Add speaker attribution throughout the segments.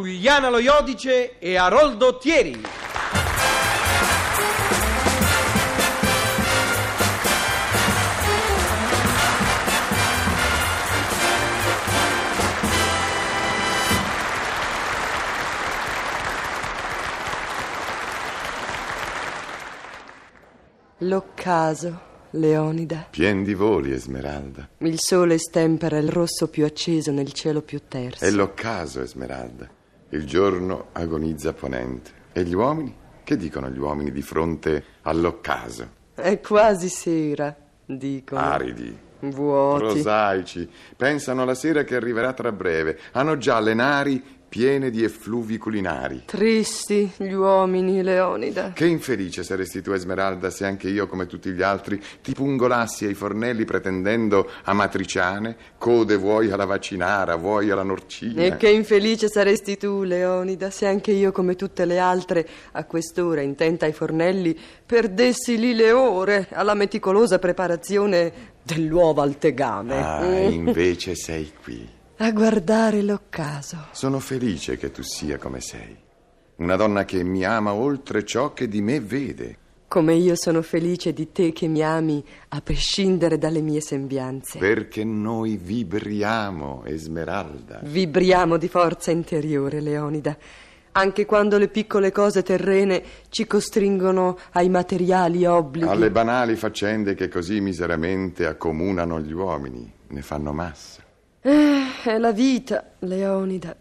Speaker 1: Giuliana Loiodice e Aroldo Thieri.
Speaker 2: L'occaso, Leonida.
Speaker 3: Pien di voli, Esmeralda.
Speaker 2: Il sole stempera il rosso più acceso nel cielo più terso.
Speaker 3: È l'occaso, Esmeralda. Il giorno agonizza a ponente. E gli uomini? Che dicono gli uomini di fronte all'occaso?
Speaker 2: È quasi sera, dicono.
Speaker 3: Aridi,
Speaker 2: Vuoti.
Speaker 3: prosaici, pensano alla sera che arriverà tra breve. Hanno già le nari piene di effluvi culinari.
Speaker 2: Tristi gli uomini, Leonida.
Speaker 3: Che infelice saresti tu, Esmeralda, se anche io, come tutti gli altri, ti pungolassi ai fornelli pretendendo amatriciane, code vuoi alla vaccinara, vuoi alla norcina.
Speaker 2: E che infelice saresti tu, Leonida, se anche io, come tutte le altre, a quest'ora intenta ai fornelli, perdessi lì le ore alla meticolosa preparazione dell'uovo al tegame.
Speaker 3: Ah,
Speaker 2: Mm.
Speaker 3: invece sei qui.
Speaker 2: A guardare l'occaso.
Speaker 3: Sono felice che tu sia come sei. Una donna che mi ama oltre ciò che di me vede.
Speaker 2: Come io sono felice di te che mi ami, a prescindere dalle mie sembianze.
Speaker 3: Perché noi vibriamo, Esmeralda.
Speaker 2: Vibriamo di forza interiore, Leonida, anche quando le piccole cose terrene ci costringono ai materiali obblighi.
Speaker 3: Alle banali faccende che così miseramente accomunano gli uomini, ne fanno massa.
Speaker 2: Eh, è la vita, Leonida.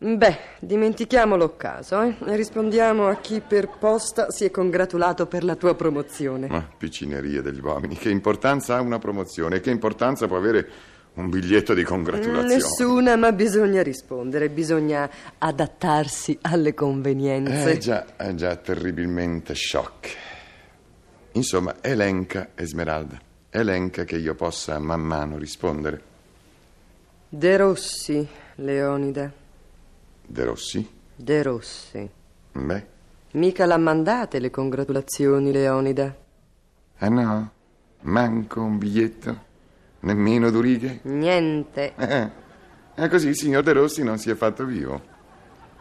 Speaker 2: Beh, dimentichiamo l'occaso, eh? e rispondiamo a chi per posta si è congratulato per la tua promozione.
Speaker 3: Ma piccineria degli uomini, che importanza ha una promozione? Che importanza può avere un biglietto di congratulazione?
Speaker 2: Nessuna, ma bisogna rispondere, bisogna adattarsi alle convenienze.
Speaker 3: È Eh, già, è già terribilmente shock. Insomma, elenca, Esmeralda, elenca che io possa man mano rispondere.
Speaker 2: De Rossi, Leonida,
Speaker 3: De Rossi?
Speaker 2: De Rossi.
Speaker 3: Beh,
Speaker 2: Mica l'ha mandate le congratulazioni, Leonida.
Speaker 3: ah no, manco un biglietto, nemmeno due righe.
Speaker 2: Niente.
Speaker 3: Eh, eh, così il signor De Rossi non si è fatto vivo.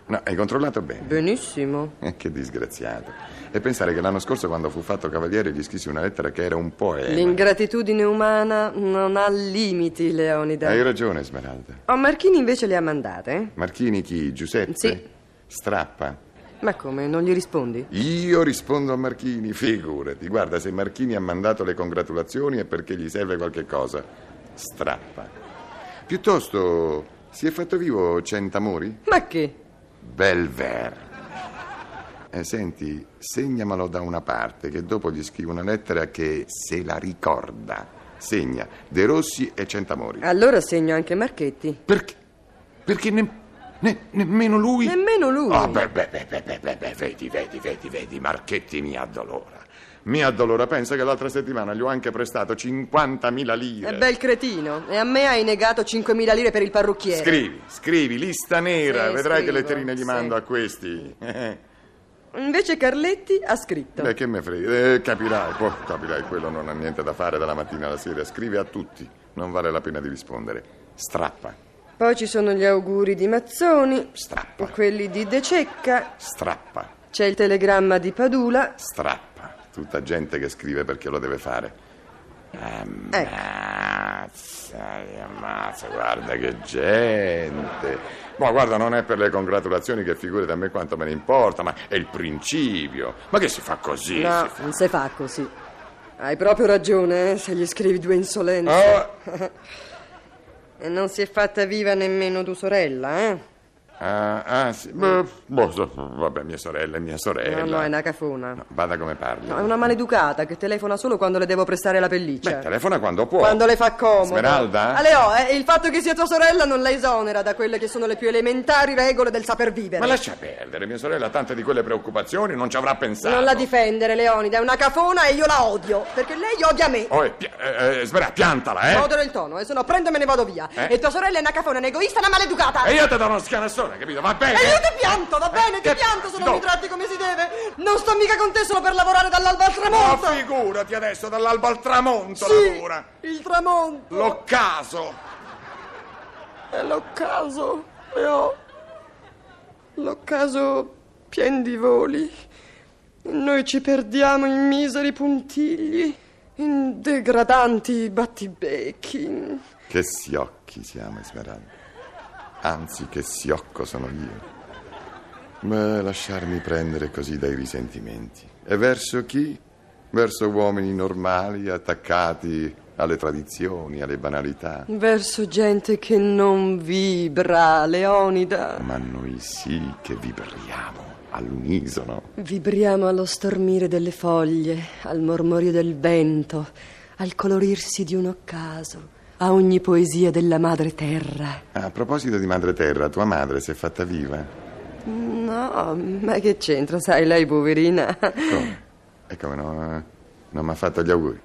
Speaker 3: No, hai controllato bene.
Speaker 2: Benissimo.
Speaker 3: Eh, che disgraziato. E pensare che l'anno scorso, quando fu fatto cavaliere, gli scrissi una lettera che era un poema.
Speaker 2: L'ingratitudine umana non ha limiti, Leonida.
Speaker 3: Hai ragione, Smeralda.
Speaker 2: Oh, Marchini invece le ha mandate? eh?
Speaker 3: Marchini chi? Giuseppe?
Speaker 2: Sì.
Speaker 3: Strappa.
Speaker 2: Ma come, non gli rispondi?
Speaker 3: Io rispondo a Marchini, figurati. Guarda, se Marchini ha mandato le congratulazioni è perché gli serve qualche cosa. Strappa. Piuttosto, si è fatto vivo Centamori?
Speaker 2: Ma che?
Speaker 3: Belver. Eh, senti, segnamelo da una parte, che dopo gli scrivo una lettera che se la ricorda. Segna De Rossi e Centamori.
Speaker 2: Allora segno anche Marchetti.
Speaker 3: Eh, Perché? Perché ne- ne- nemmeno lui.
Speaker 2: Nemmeno lui.
Speaker 3: Ah, beh, beh, beh, beh, beh, beh, beh, vedi, vedi, vedi, vedi, Marchetti mi addolora. Mi addolora, pensa che l'altra settimana gli ho anche prestato 50.000 lire.
Speaker 2: È bel cretino. E a me hai negato 5.000 lire per il parrucchiere.
Speaker 3: Scrivi, scrivi, lista nera,
Speaker 2: Sì,
Speaker 3: vedrai
Speaker 2: scrivo,
Speaker 3: che letterine gli
Speaker 2: sì. Certo.
Speaker 3: mando a questi. Eh,
Speaker 2: Invece Carletti ha scritto.
Speaker 3: Beh, che me frega, eh, capirai, poi capirai, quello non ha niente da fare dalla mattina alla sera, scrive a tutti, non vale la pena di rispondere. Strappa,
Speaker 2: Poi ci sono gli auguri di Mazzoni,
Speaker 3: strappa,
Speaker 2: quelli di De Cecca,
Speaker 3: strappa.
Speaker 2: c'è il telegramma di Padula.
Speaker 3: Strappa, tutta gente che scrive perché lo deve fare. Ammazza, ammazza, guarda che gente. Ma guarda, non è per le congratulazioni che figure da me quanto me ne importa, ma è il principio. Ma che si fa così?
Speaker 2: No,
Speaker 3: si fa-
Speaker 2: non si fa così. Hai proprio ragione, eh, se gli scrivi due insolenze.
Speaker 3: Oh,
Speaker 2: Ah. E non si è fatta viva nemmeno tua sorella, eh?
Speaker 3: ah, ah, sì. beh, boh, so- vabbè, mia sorella, è mia sorella.
Speaker 2: No, no, è una cafona.
Speaker 3: No, Bada come parli.
Speaker 2: No, è una maleducata che telefona solo quando le devo prestare la pelliccia.
Speaker 3: Beh, telefona quando può.
Speaker 2: certo. Quando le fa comodo.
Speaker 3: Smeralda?
Speaker 2: Aleo, eh, il fatto che sia tua sorella non la esonera da quelle che sono le più elementari regole del saper vivere.
Speaker 3: Ma lascia perdere, mia sorella ha tante di quelle preoccupazioni, non ci avrà pensato.
Speaker 2: Non la difendere, Leonida, è una cafona e io la odio, perché lei odia me.
Speaker 3: Oh, e pia- eh, eh, Smeralda, piantala, eh!
Speaker 2: Modero il tono, e se no prendo e me ne vado via.
Speaker 3: Eh?
Speaker 2: E tua sorella è una cafona, un'egoista, una maleducata.
Speaker 3: E io ti do uno scanassone, capito? Va bene?
Speaker 2: E io ti pianto, va bene, ti
Speaker 3: che-
Speaker 2: pianto se non
Speaker 3: Eh. no.
Speaker 2: mi tratti come si deve. Non sto mica con te solo per lavorare dall'alba al
Speaker 3: Ma
Speaker 2: tramonto.
Speaker 3: figurati adesso dall'alba al tramonto
Speaker 2: sì,
Speaker 3: lavora.
Speaker 2: il tramonto. Eh,
Speaker 3: L'occaso.
Speaker 2: È l'occaso. Io caso pien di voli. Noi ci perdiamo in miseri puntigli, in degradanti battibecchi. in-
Speaker 3: Che siocchi siamo, Esmeralda. Anzi, che siocco sono io. Ma lasciarmi prendere così dai risentimenti. E verso chi? Verso uomini normali, attaccati alle tradizioni, alle banalità.
Speaker 2: Verso gente che non vibra, Leonida.
Speaker 3: Ma noi sì che vibriamo all'unisono.
Speaker 2: Vibriamo allo stormire delle foglie, al mormorio del vento, al colorirsi di un occaso, a ogni poesia della madre terra.
Speaker 3: A proposito di Madre Terra, tua madre si è fatta viva?
Speaker 2: No, ma che c'entra, sai, lei poverina.
Speaker 3: Come? Ecco. E come no? eh? Non mi ha fatto gli auguri.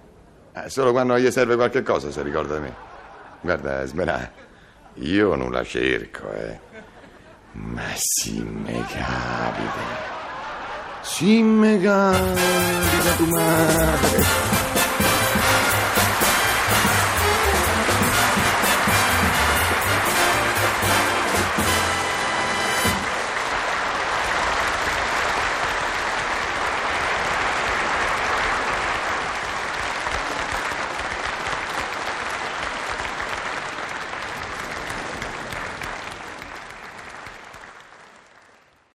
Speaker 3: Eh, solo quando gli serve qualche cosa si ricorda di me. Guarda, Smerà, io non la cerco, eh. Ma si me capita. Si me capita tu madre.